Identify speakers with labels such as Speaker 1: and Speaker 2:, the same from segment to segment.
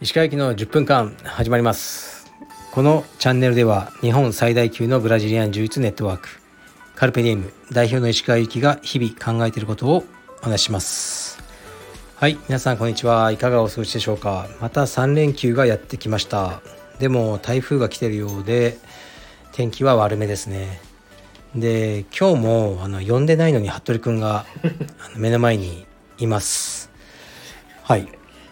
Speaker 1: 石川行きの10分間始まりますこのチャンネルでは日本最大級のブラジリアン柔術ネットワークカルペディエム代表の石川行きが日々考えていることをお話ししますはい皆さんこんにちはいかがお過ごしでしょうかまた3連休がやってきましたでも台風が来てるようで天気は悪めですねで今日もあの呼んでないのに服部君があの目の前にいますはい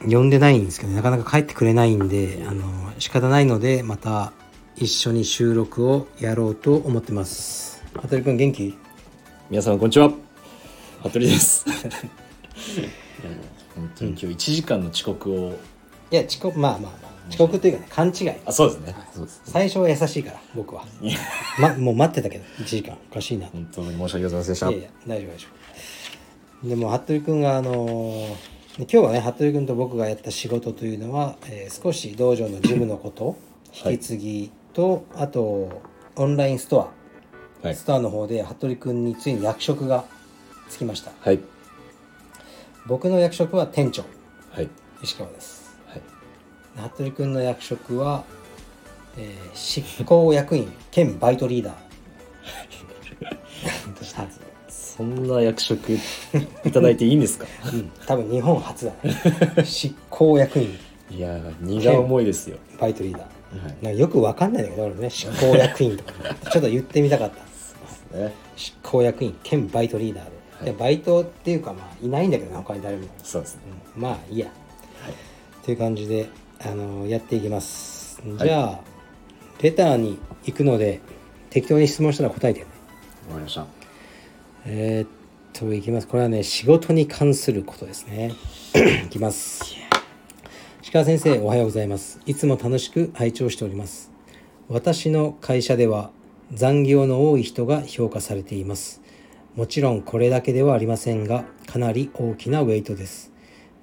Speaker 1: 呼んでないんですけどなかなか帰ってくれないんであの仕方ないのでまた一緒に収録をやろうと思ってます服部君元気
Speaker 2: 皆さんこんにちは服部ですいやもう 本当に今日1時間の遅刻を、
Speaker 1: いや遅刻まあまあまあ遅刻というかね勘違い
Speaker 2: あそうですねそうです
Speaker 1: 最初は優しいから僕は、
Speaker 2: いや
Speaker 1: ま、もう待ってたけど1時間おかしいな
Speaker 2: 本当に申し訳ございませんでした
Speaker 1: いやいや大丈夫大丈夫でも服部君があのー今日はね服部君と僕がやった仕事というのは、えー少し道場の事務のこと
Speaker 2: はい
Speaker 1: 引き継ぎと、あとオンラインストア、
Speaker 2: はい
Speaker 1: ストアの方で服部君についに役職がつきました
Speaker 2: はい
Speaker 1: 僕の役職は店長
Speaker 2: はい
Speaker 1: 石川です
Speaker 2: はい
Speaker 1: 服部君の役職は、えー執行役員兼バイトリー ダーはい
Speaker 2: そんな役職いただいていいんですか
Speaker 1: うん多分日本初だね執行役員
Speaker 2: いやー荷が重いですよ
Speaker 1: バイトリーダー
Speaker 2: はい
Speaker 1: なんかよくわかんないんだけど俺もね執行役員とかちょっと言ってみたかった
Speaker 2: ね
Speaker 1: 執行役員兼バイトリーダーで,で、
Speaker 2: はい
Speaker 1: バイトっていうかまあいないんだけどな他に誰も、
Speaker 2: そうですね
Speaker 1: うんまあいいや、っていう感じで、あのやっていきますじゃあ、レターに行くので適当に質問したら答えてね
Speaker 2: わかりました
Speaker 1: えーっと、いきます。これはね、仕事に関することですね。 いきます。石川先生、おはようございます。いつも楽しく拝聴しております。私の会社では、残業の多い人が評価されています。もちろんこれだけではありませんが、かなり大きなウェイトです。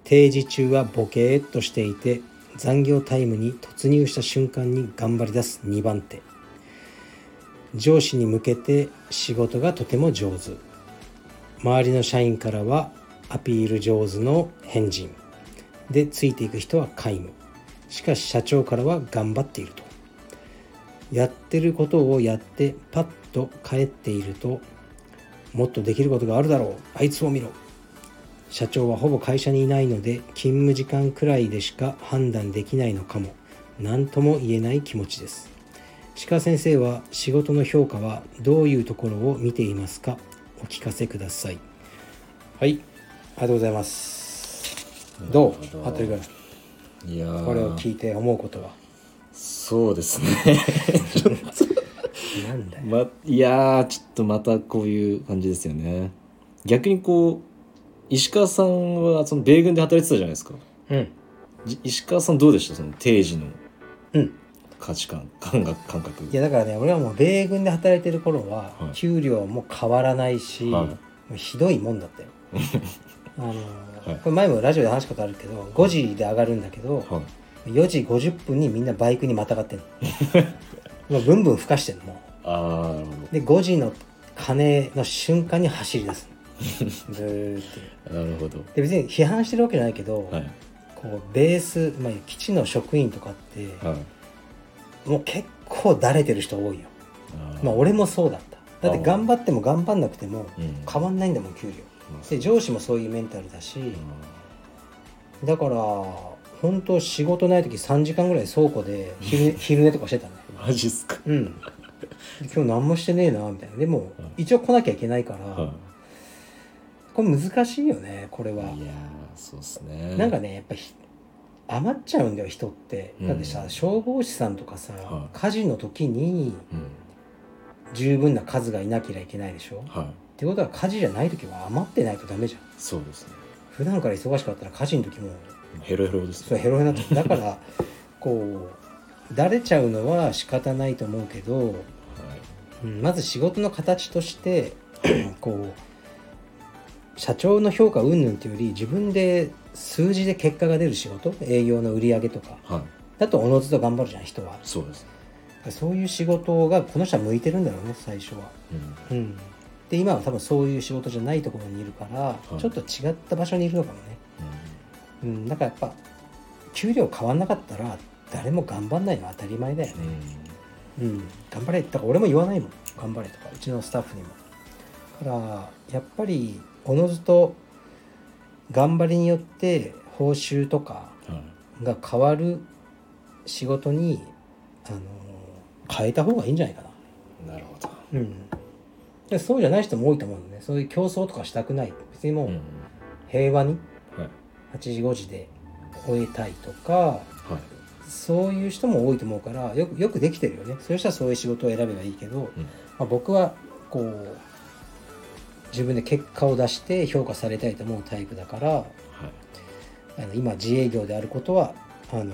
Speaker 1: 定時中はボケーっとしていて、残業タイムに突入した瞬間に頑張り出す2番手。上司に向けて仕事がとても上手周りの社員からはアピール上手の変人でついていく人は皆無しかし社長からは頑張っているとやってることをやってパッと帰っているともっとできることがあるだろうあいつを見ろ社長はほぼ会社にいないので勤務時間くらいでしか判断できないのかも何とも言えない気持ちです鹿先生は仕事の評価はどういうところを見ていますかお聞かせくださいはいありがとうございますどう
Speaker 2: なるほど
Speaker 1: 服部君
Speaker 2: いやー
Speaker 1: これを聞いて思うことは
Speaker 2: そうですね ちょっ
Speaker 1: なんだ
Speaker 2: とまいやーちょっとまたこういう感じですよね逆にこう石川さんはその米軍で働いてたじゃないですか
Speaker 1: うん
Speaker 2: じ石川さんどうでしたその定時の
Speaker 1: うん
Speaker 2: 価値観感覚感覚
Speaker 1: いやだからね俺はもう米軍で働いてる頃は
Speaker 2: はい
Speaker 1: 給料も変わらないし、
Speaker 2: はい
Speaker 1: もうひどいもんだった よあのー
Speaker 2: はい
Speaker 1: これ前もラジオで話したことあるけど5時で上がるんだけど、
Speaker 2: はい
Speaker 1: 4時50分にみんなバイクにまたが ってんのもうブンブン吹かしてんのもう
Speaker 2: ああなるほ
Speaker 1: で5時の鐘の瞬間に走り出す のずーっと
Speaker 2: どなるほど
Speaker 1: で別に批判してるわけじゃないけど、
Speaker 2: はい
Speaker 1: こうベース、まあ、基地の職員とかって、
Speaker 2: はい
Speaker 1: もう結構だれてる人多いよ
Speaker 2: あー
Speaker 1: まあ俺もそうだっただって
Speaker 2: あー
Speaker 1: 頑張っても頑張んなくても
Speaker 2: うん
Speaker 1: 変わんないんだもん給料
Speaker 2: まあ
Speaker 1: で上司もそういうメンタルだしだから本当仕事ない時3時間ぐらい倉庫で昼寝昼寝とかしてたね
Speaker 2: マジっすか
Speaker 1: うん今日何もしてねえなみたいなでも
Speaker 2: うん
Speaker 1: 一応来なきゃいけないから、
Speaker 2: は
Speaker 1: これ難しいよねこれ
Speaker 2: い
Speaker 1: はい
Speaker 2: やーそうっすね
Speaker 1: なんかねやっぱひ余っちゃうんだよ人ってだってさ、
Speaker 2: うん
Speaker 1: 消防士さんとかさ、
Speaker 2: はい
Speaker 1: 火事の時に
Speaker 2: うん
Speaker 1: 十分な数がいなきゃいけないでしょ、
Speaker 2: はい
Speaker 1: ってことは家事じゃない時は余ってないとダメじゃん
Speaker 2: そうですね
Speaker 1: 普段から忙しかったら家事の時も
Speaker 2: ヘロヘロです
Speaker 1: それヘロヘロになっちゃうだからこうだれちゃうのは仕方ないと思うけど、
Speaker 2: はい
Speaker 1: うんまず仕事の形として こう社長の評価云々っていうより自分で数字で結果が出る仕事営業の売り上げとか
Speaker 2: はい
Speaker 1: だとおのずと頑張るじゃん人は
Speaker 2: そうです
Speaker 1: そういう仕事がこの人は向いてるんだろうね最初は、
Speaker 2: うん
Speaker 1: うん、で今は多分そういう仕事じゃないところにいるから、
Speaker 2: い
Speaker 1: ちょっと違った場所にいるのかもね、うん、だからやっぱ給料変わんなかったら誰も頑張んないのは当たり前だよね、うん、頑張れだから俺も言わないもん頑張れとかうちのスタッフにもだからやっぱりおのずと頑張りによって報酬とか
Speaker 2: うんはい
Speaker 1: が変わる仕事に、あの変えた方がいいんじゃないかな
Speaker 2: なるほど。
Speaker 1: うん、でそうじゃない人も多いと思うのねそういう競争とかしたくない別にも
Speaker 2: う
Speaker 1: うん平和に
Speaker 2: はい
Speaker 1: 8時5時で終えたいとか
Speaker 2: はい。
Speaker 1: そういう人も多いと思うからよくよくできてるよねそういう人はそういう仕事を選べばいいけど、
Speaker 2: うん
Speaker 1: まあ、僕はこう自分で結果を出して評価されたいと思うタイプだから
Speaker 2: はい。
Speaker 1: あの今自営業であることはあの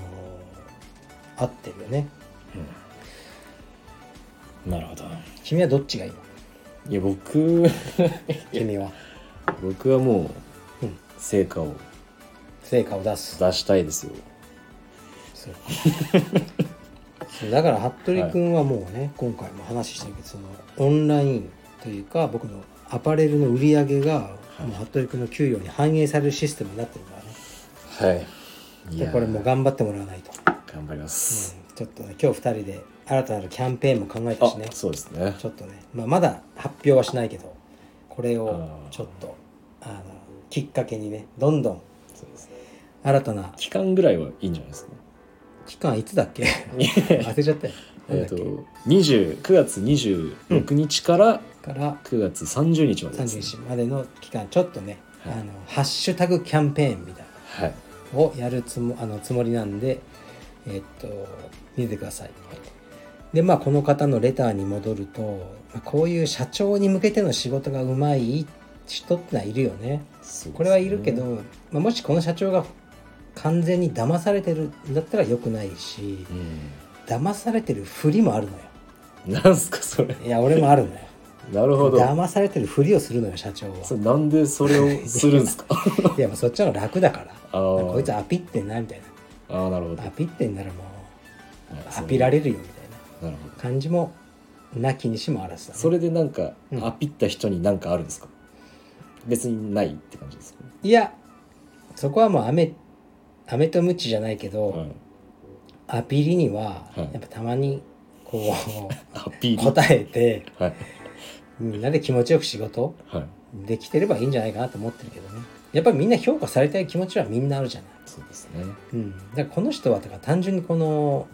Speaker 1: 合ってるよね
Speaker 2: うんなるほど。
Speaker 1: 君はどっちがいいの
Speaker 2: いや僕
Speaker 1: 君は
Speaker 2: 僕はもう
Speaker 1: うん
Speaker 2: 成果を
Speaker 1: 成果を出す
Speaker 2: 出したいですよ。
Speaker 1: そう そうだから服部君はもうね、今回も話してるけどそのオンラインというか僕のアパレルの売り上げが、
Speaker 2: い
Speaker 1: もう服部君の給与に反映されるシステムになってるからね
Speaker 2: はい。い
Speaker 1: で
Speaker 2: や
Speaker 1: これもう頑張ってもらわないと、うん
Speaker 2: 頑張ります。
Speaker 1: ちょっとね今日2人で新たなるキャンペーンも考えた
Speaker 2: あ
Speaker 1: しね
Speaker 2: そうですね。
Speaker 1: ちょっとね、まあ、まだ発表はしないけどこれ
Speaker 2: あ
Speaker 1: を
Speaker 2: ー
Speaker 1: ちょっとあのきっかけにねどんどん
Speaker 2: そうですね
Speaker 1: 新たな
Speaker 2: 期間ぐらいはいいんじゃないですか。
Speaker 1: 期間いつだっけ忘れちゃったよなん
Speaker 2: え
Speaker 1: だ
Speaker 2: っ
Speaker 1: っ
Speaker 2: と
Speaker 1: け、
Speaker 2: 20 9月26日から
Speaker 1: から
Speaker 2: 9月30日までですね、
Speaker 1: 31までの期間ちょっとね、
Speaker 2: はい
Speaker 1: あのハッシュタグキャンペーンみたい
Speaker 2: はい。
Speaker 1: なのをやるつもあのつもりなんでえっと見てくださいでまあこの方のレターに戻るとまあこういう社長に向けての仕事がうまい人ってのはいるよね
Speaker 2: そうですね
Speaker 1: これはいるけど、まあ、もしこの社長が完全に騙されてるんだったら良くないし
Speaker 2: う
Speaker 1: 騙されてるふりもあるのよ
Speaker 2: ん。なんすかそれ。
Speaker 1: いや俺もあるのよ
Speaker 2: なるほど。
Speaker 1: 騙されてるふりをするのよ社長は
Speaker 2: それなんでそれをするんですか
Speaker 1: いやまあそっちの方が楽だから
Speaker 2: あ
Speaker 1: あこいつ
Speaker 2: ー
Speaker 1: アピってんなみたい
Speaker 2: あーなるほど
Speaker 1: なアピってんならもうアピ
Speaker 2: れ
Speaker 1: られるよみたいな
Speaker 2: なるほど
Speaker 1: 感じもなきにしもあらずだ、ね、
Speaker 2: それでなんか、
Speaker 1: うん
Speaker 2: アピった人に何かあるんですか別にないって感じですか、
Speaker 1: いやそこはもう飴飴とムチじゃないけど、
Speaker 2: はい、
Speaker 1: アピリには
Speaker 2: はい
Speaker 1: やっぱたまにこう、
Speaker 2: アピール
Speaker 1: 答えて
Speaker 2: はい
Speaker 1: みんなで気持ちよく仕事
Speaker 2: はい
Speaker 1: できてればいいんじゃないかなと思ってるけどねやっぱりみんな評価されたい気持ちはみんなあるじゃない、
Speaker 2: そうですね
Speaker 1: うん、だからこの人はだから単純にこの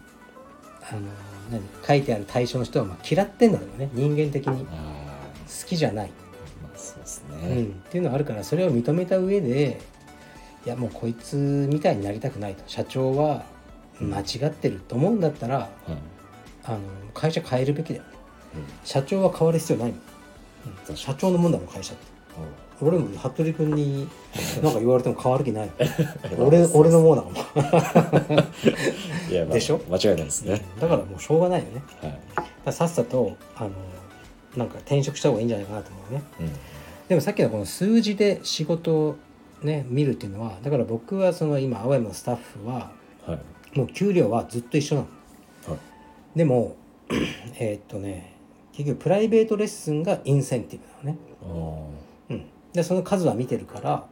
Speaker 1: あの何書いてある対象の人はまあ嫌ってんだろうね人間的に
Speaker 2: ああ
Speaker 1: 好きじゃない、
Speaker 2: まあそうです
Speaker 1: う
Speaker 2: ね、
Speaker 1: ん、っていうのがあるからそれを認めた上でいやもうこいつみたいになりたくないと社長は間違ってると思うんだったら
Speaker 2: はい、
Speaker 1: あの会社変えるべきだよね
Speaker 2: うん
Speaker 1: 社長は変わる必要ないもん
Speaker 2: 確かに
Speaker 1: 社長のもんだもん会社って俺も服部君に何か言われても変わる気ない 俺俺のもんだもん
Speaker 2: いや、まあ
Speaker 1: でしょ
Speaker 2: 間違いないですね、
Speaker 1: だからもうしょうがないよねだか
Speaker 2: はい
Speaker 1: らさっさとあのなんか転職した方がいいんじゃないかなと思うね
Speaker 2: うん
Speaker 1: でもさっきのこの数字で仕事をね見るっていうのはだから僕はその今青山のスタッフは
Speaker 2: はい
Speaker 1: もう給料はずっと一緒なの
Speaker 2: はい
Speaker 1: でも えーっとね結局プライベートレッスンがインセンティブなのね、
Speaker 2: あー
Speaker 1: うん、でその数は見てるから
Speaker 2: は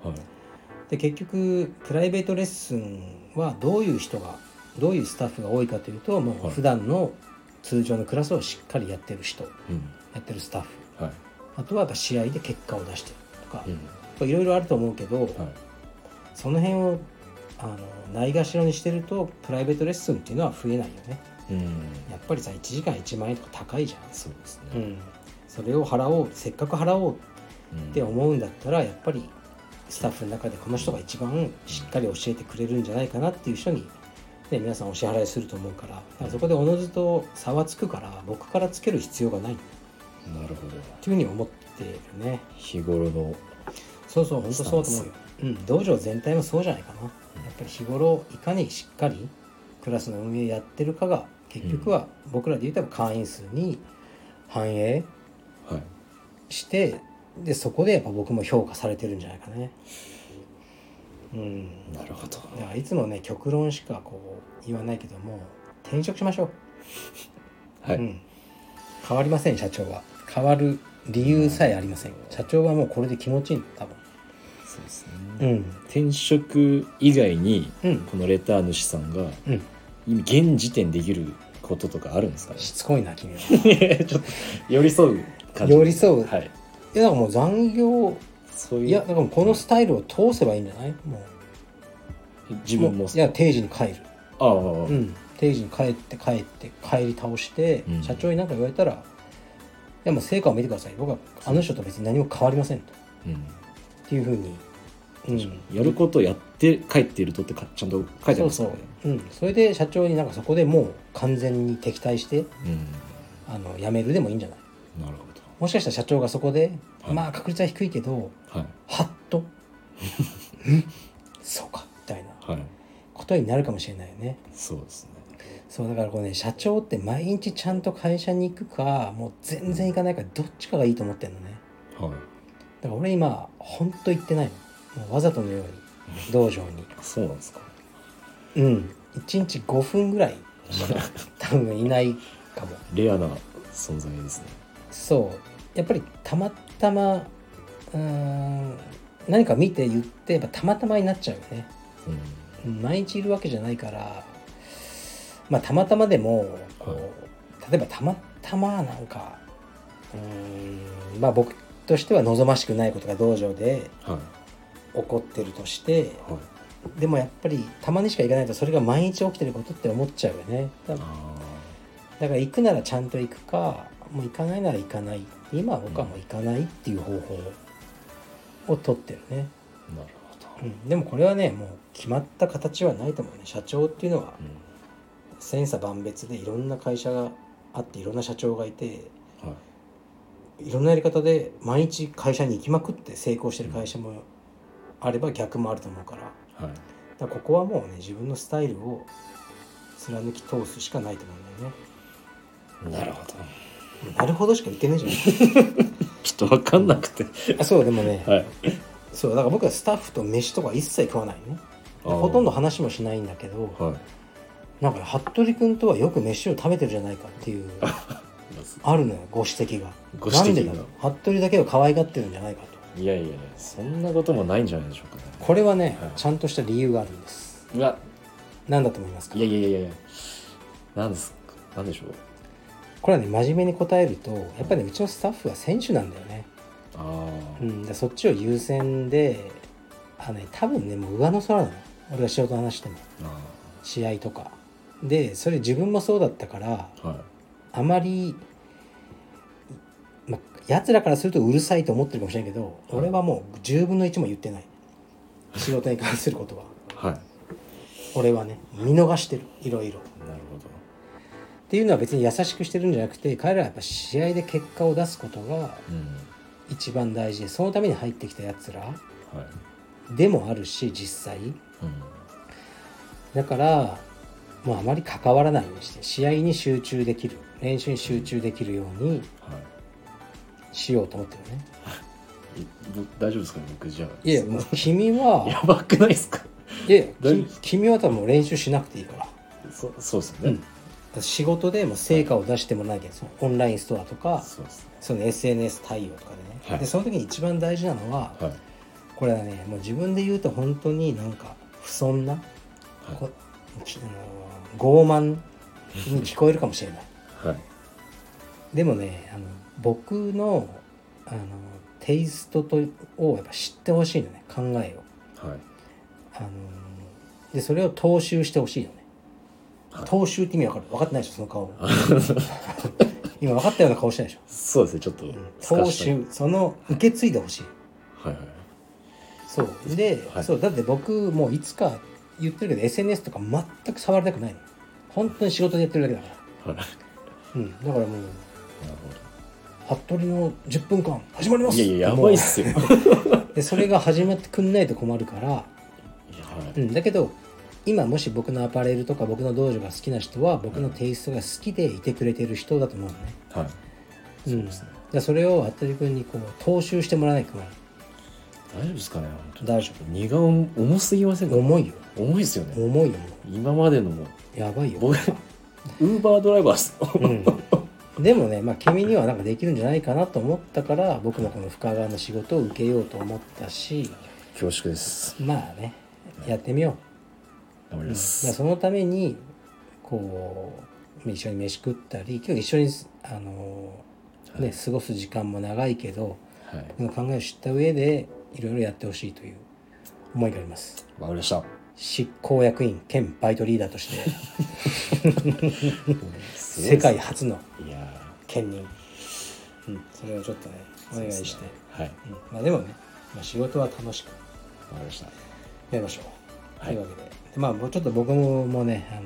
Speaker 2: い
Speaker 1: で結局プライベートレッスンはどういう人がどういうスタッフが多いかというとも
Speaker 2: は
Speaker 1: う
Speaker 2: い
Speaker 1: 普段の通常のクラスをしっかりやってる人や
Speaker 2: うん
Speaker 1: ってるスタッフ
Speaker 2: はい
Speaker 1: あとはやっぱ試合で結果を出してるとか
Speaker 2: うん
Speaker 1: いろいろあると思うけど、
Speaker 2: はい
Speaker 1: その辺をあのないがしろにしてるとプライベートレッスンっていうのは増えないよね
Speaker 2: うん
Speaker 1: やっぱりさ1時間1万円とか高いじゃないです
Speaker 2: そうです
Speaker 1: か、う
Speaker 2: ね、
Speaker 1: ん、それを払おうせっかく払おう
Speaker 2: うん
Speaker 1: って思うんだったらやっぱりスタッフの中でこの人が一番しっかり教えてくれるんじゃないかなっていう人に、ね、皆さんお支払いすると思うからだからそこでおのずと差はつくから僕からつける必要がないって
Speaker 2: なるほど
Speaker 1: いうふうに思ってるね
Speaker 2: 日頃の
Speaker 1: そうそう本当そうだと思うよ、うん、道場全体もそうじゃないかなやっぱり日頃いかにしっかりクラスの運営やってるかが結局は僕らで言うと会員数に反映
Speaker 2: はい
Speaker 1: してでそこでやっぱ僕も評価されてるんじゃないかねうん
Speaker 2: なるほど
Speaker 1: だからいつもね極論しかこう言わないけども転職しましょう、
Speaker 2: はい、
Speaker 1: うん、変わりません社長は変わる理由さえありません社長はもうこれで気持ちいいんだ多分
Speaker 2: そうですね、
Speaker 1: うん
Speaker 2: 転職以外に、
Speaker 1: うん
Speaker 2: このレター主さんが
Speaker 1: うん
Speaker 2: 今現時点できることとかあるんですかね
Speaker 1: しつ こいな君は
Speaker 2: ちょっと寄り添う感じ
Speaker 1: 寄り添う
Speaker 2: はい
Speaker 1: いやだからもう残業
Speaker 2: そういう
Speaker 1: いやだからもうこのスタイルを通せばいいんじゃないもう
Speaker 2: 自分も
Speaker 1: ういや定時に帰る
Speaker 2: ああ、
Speaker 1: うん、定時に帰って帰って帰り倒して、
Speaker 2: うん
Speaker 1: 社長に何か言われたら「いやもう成果を見てください僕はあの人と別に何も変わりません」と
Speaker 2: うん
Speaker 1: っていうふうに、うん、
Speaker 2: やることをやって帰っているとってかちゃんと書いてあり
Speaker 1: そう
Speaker 2: ます
Speaker 1: そ
Speaker 2: から
Speaker 1: う
Speaker 2: ね、
Speaker 1: うん、それで社長になんかそこでもう完全に敵対して
Speaker 2: うん
Speaker 1: あの辞めるでもいいんじゃない
Speaker 2: なるほ
Speaker 1: もしかしたら社長がそこで、
Speaker 2: はい
Speaker 1: まあ確率は低いけど
Speaker 2: どはい
Speaker 1: はっと「 んそうか」みたいな
Speaker 2: はい
Speaker 1: ことになるかもしれないよね。
Speaker 2: そうですね
Speaker 1: そうだからこうね社長って毎日ちゃんと会社に行くかもう全然行かないかどっちかがいいと思ってんのね
Speaker 2: はい
Speaker 1: だから俺今ほんと行ってないのもうわざとのように道場に
Speaker 2: そうなんですか
Speaker 1: うん1日5分ぐらいしか多分いないかも
Speaker 2: レアな存在ですね
Speaker 1: そうやっぱりたまたまうーん何か見て言ってやっぱたまたまになっちゃうよね
Speaker 2: うん
Speaker 1: うん毎日いるわけじゃないからまあたまたまでもこう、
Speaker 2: はい
Speaker 1: 例えばたまたまなんかうーんまあ僕としては望ましくないことが道場で
Speaker 2: はい
Speaker 1: 起こってるとして
Speaker 2: はい
Speaker 1: でもやっぱりたまにしか行かないとそれが毎日起きてることって思っちゃうよねだだか
Speaker 2: あ
Speaker 1: ら行くならちゃんと行くかもう行かないなら行かない今は僕はもう行かないっていう方法を取ってるね、
Speaker 2: あなるほ
Speaker 1: う
Speaker 2: ど、
Speaker 1: ん、でもこれはねもう決まった形はないと思うね社長っていうのは
Speaker 2: う
Speaker 1: 千差万別でいろんな会社があっていろんな社長がいて
Speaker 2: んはい
Speaker 1: いろんなやり方で毎日会社に行きまくって成功してる会社もあれば逆もあると思うからだか
Speaker 2: はい
Speaker 1: らここはもうね自分のスタイルを貫き通すしかないと思うんだよ
Speaker 2: なるほど
Speaker 1: ねなるほどしか言ってないじゃない
Speaker 2: ちょっと分かんなくて
Speaker 1: あそうでもね、
Speaker 2: はい
Speaker 1: そうだから僕はスタッフと飯とか一切食わないねで
Speaker 2: あー
Speaker 1: ほとんど話もしないんだけど
Speaker 2: はい
Speaker 1: なんかね服部君とはよく飯を食べてるじゃないかっていうあるのよご指摘が
Speaker 2: ご指
Speaker 1: な
Speaker 2: 摘が
Speaker 1: んでだろう服部だけを可愛がってるんじゃないかと
Speaker 2: いやいやいやそんなこともないんじゃないでしょうかね
Speaker 1: これはね、
Speaker 2: はい
Speaker 1: ちゃんとした理由があるんです
Speaker 2: うわ
Speaker 1: 何だと思いますか
Speaker 2: いやいやいやいやなんですかなんでしょう
Speaker 1: これはね真面目に答えるとやっぱり、ね、うちのスタッフは選手なんだよね、
Speaker 2: ああ、
Speaker 1: うん、でそっちを優先であの、ね、多分ねもう上の空なの俺が仕事の話しても
Speaker 2: あ
Speaker 1: 試合とかでそれ自分もそうだったから
Speaker 2: あはい
Speaker 1: あまり、ま、やつらからするとうるさいと思ってるかもしれないけど俺はもう10分の1も言ってない仕事に関することは
Speaker 2: はい
Speaker 1: 俺はね見逃してるいろいろ。
Speaker 2: なる
Speaker 1: っていうのは別に優しくしてるんじゃなくて彼らはやっぱ試合で結果を出すことが
Speaker 2: ほどうん
Speaker 1: 一番大事でそのために入ってきたやつら
Speaker 2: はい
Speaker 1: でもあるし実際
Speaker 2: うん
Speaker 1: だからもうあまり関わらないようにして試合に集中できる練習に集中できるように
Speaker 2: は
Speaker 1: しようと思ってるね
Speaker 2: いいぼ大丈夫ですか僕じゃあ
Speaker 1: いやいやもう君は
Speaker 2: やばくないですか
Speaker 1: いやいやき
Speaker 2: 大丈夫
Speaker 1: 君は多分もう練習しなくていいから
Speaker 2: そそうです
Speaker 1: う
Speaker 2: よ
Speaker 1: ん
Speaker 2: ね、
Speaker 1: 仕事でもう成果を出してもらわなきゃそのオンラインストアとか
Speaker 2: そうですね
Speaker 1: その SNS 対応とかでね、
Speaker 2: はい
Speaker 1: でその時に一番大事なのは、
Speaker 2: はい
Speaker 1: これはねもう自分で言うと本当になんか不遜な、
Speaker 2: は
Speaker 1: こきあの傲慢に聞こえるかもし れない
Speaker 2: いはい
Speaker 1: でもねあの僕のあのテイストとをやっぱ知ってほしいのね考えを
Speaker 2: はい
Speaker 1: あのでそれを踏襲してほしいのね
Speaker 2: はい
Speaker 1: 踏襲って意味わかる分かってないでしょその 顔今分かったような顔してないでしょ
Speaker 2: そうですねちょっと透
Speaker 1: 踏襲その受け継いでほしい
Speaker 2: はいはい
Speaker 1: そうで、
Speaker 2: はい
Speaker 1: そうだって僕もういつか言ってるけど SNS とか全く触りたくないの本当に仕事でやってるだけだから、
Speaker 2: はいなる
Speaker 1: うん、だからもう
Speaker 2: ほど
Speaker 1: 服部の10分間始まります
Speaker 2: いやいややばい っすよは
Speaker 1: もうでそれが始まってくんないと困るから、う
Speaker 2: い
Speaker 1: ん、だけど今もし僕のアパレルとか僕の道場が好きな人は僕のテイストが好きでいてくれてる人だと思うのね、
Speaker 2: は
Speaker 1: う
Speaker 2: い
Speaker 1: ん、
Speaker 2: そうです
Speaker 1: だ
Speaker 2: ね
Speaker 1: からそれを服部君にこう踏襲してもらわないと困
Speaker 2: 大丈夫ですかね
Speaker 1: る
Speaker 2: 本当に
Speaker 1: 大丈
Speaker 2: 荷が重重すぎませんか
Speaker 1: 夫重いよ
Speaker 2: 重いですよね
Speaker 1: 重いよも
Speaker 2: 今までのも
Speaker 1: うやばいよ
Speaker 2: 僕ウーバードライバーっす
Speaker 1: うん、でもね、まあ、君にはなんかできるんじゃないかなと思ったから僕もこの深川の仕事を受けようと思ったし
Speaker 2: 恐縮です
Speaker 1: まあねやってみよう
Speaker 2: 頑張り
Speaker 1: だか
Speaker 2: ま
Speaker 1: ら
Speaker 2: す
Speaker 1: そのためにこう一緒に飯食ったり今日一緒にあの、ね過ごす時間も長いけど
Speaker 2: はい
Speaker 1: この考えを知った上でいろいろやってほしいという思いがあります
Speaker 2: わかりました
Speaker 1: 執行役員兼バイトリーダーとして
Speaker 2: す
Speaker 1: 世
Speaker 2: ごいです
Speaker 1: 界初の
Speaker 2: いや
Speaker 1: 兼任、うん、それをちょっとねお願いして、
Speaker 2: ーはいわ
Speaker 1: うんまあ、でもね、まあ、仕事は楽しく
Speaker 2: かりました
Speaker 1: やりましょう、
Speaker 2: はい
Speaker 1: というわけででまあもうちょっと僕もね、あのー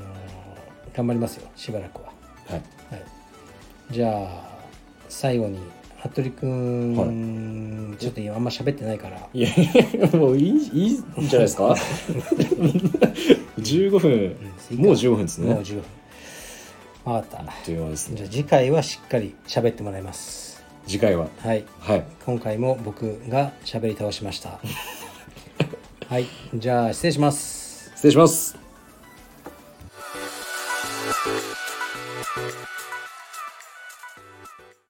Speaker 1: 頑張りますよしばらくは。
Speaker 2: はい
Speaker 1: はい、じゃあ最後に服部君、ちょっと今あんま喋ってないから
Speaker 2: いやいや もういいいいんじゃないで すか15分もう15分ですね
Speaker 1: もう15分わかっ
Speaker 2: あ
Speaker 1: た
Speaker 2: っという間です
Speaker 1: じゃあ
Speaker 2: ね
Speaker 1: 次回はしっかり喋ってもらいます
Speaker 2: 次回は
Speaker 1: はい
Speaker 2: はい
Speaker 1: 今回も僕が喋り倒しました はいじゃあ失礼します
Speaker 2: 失礼します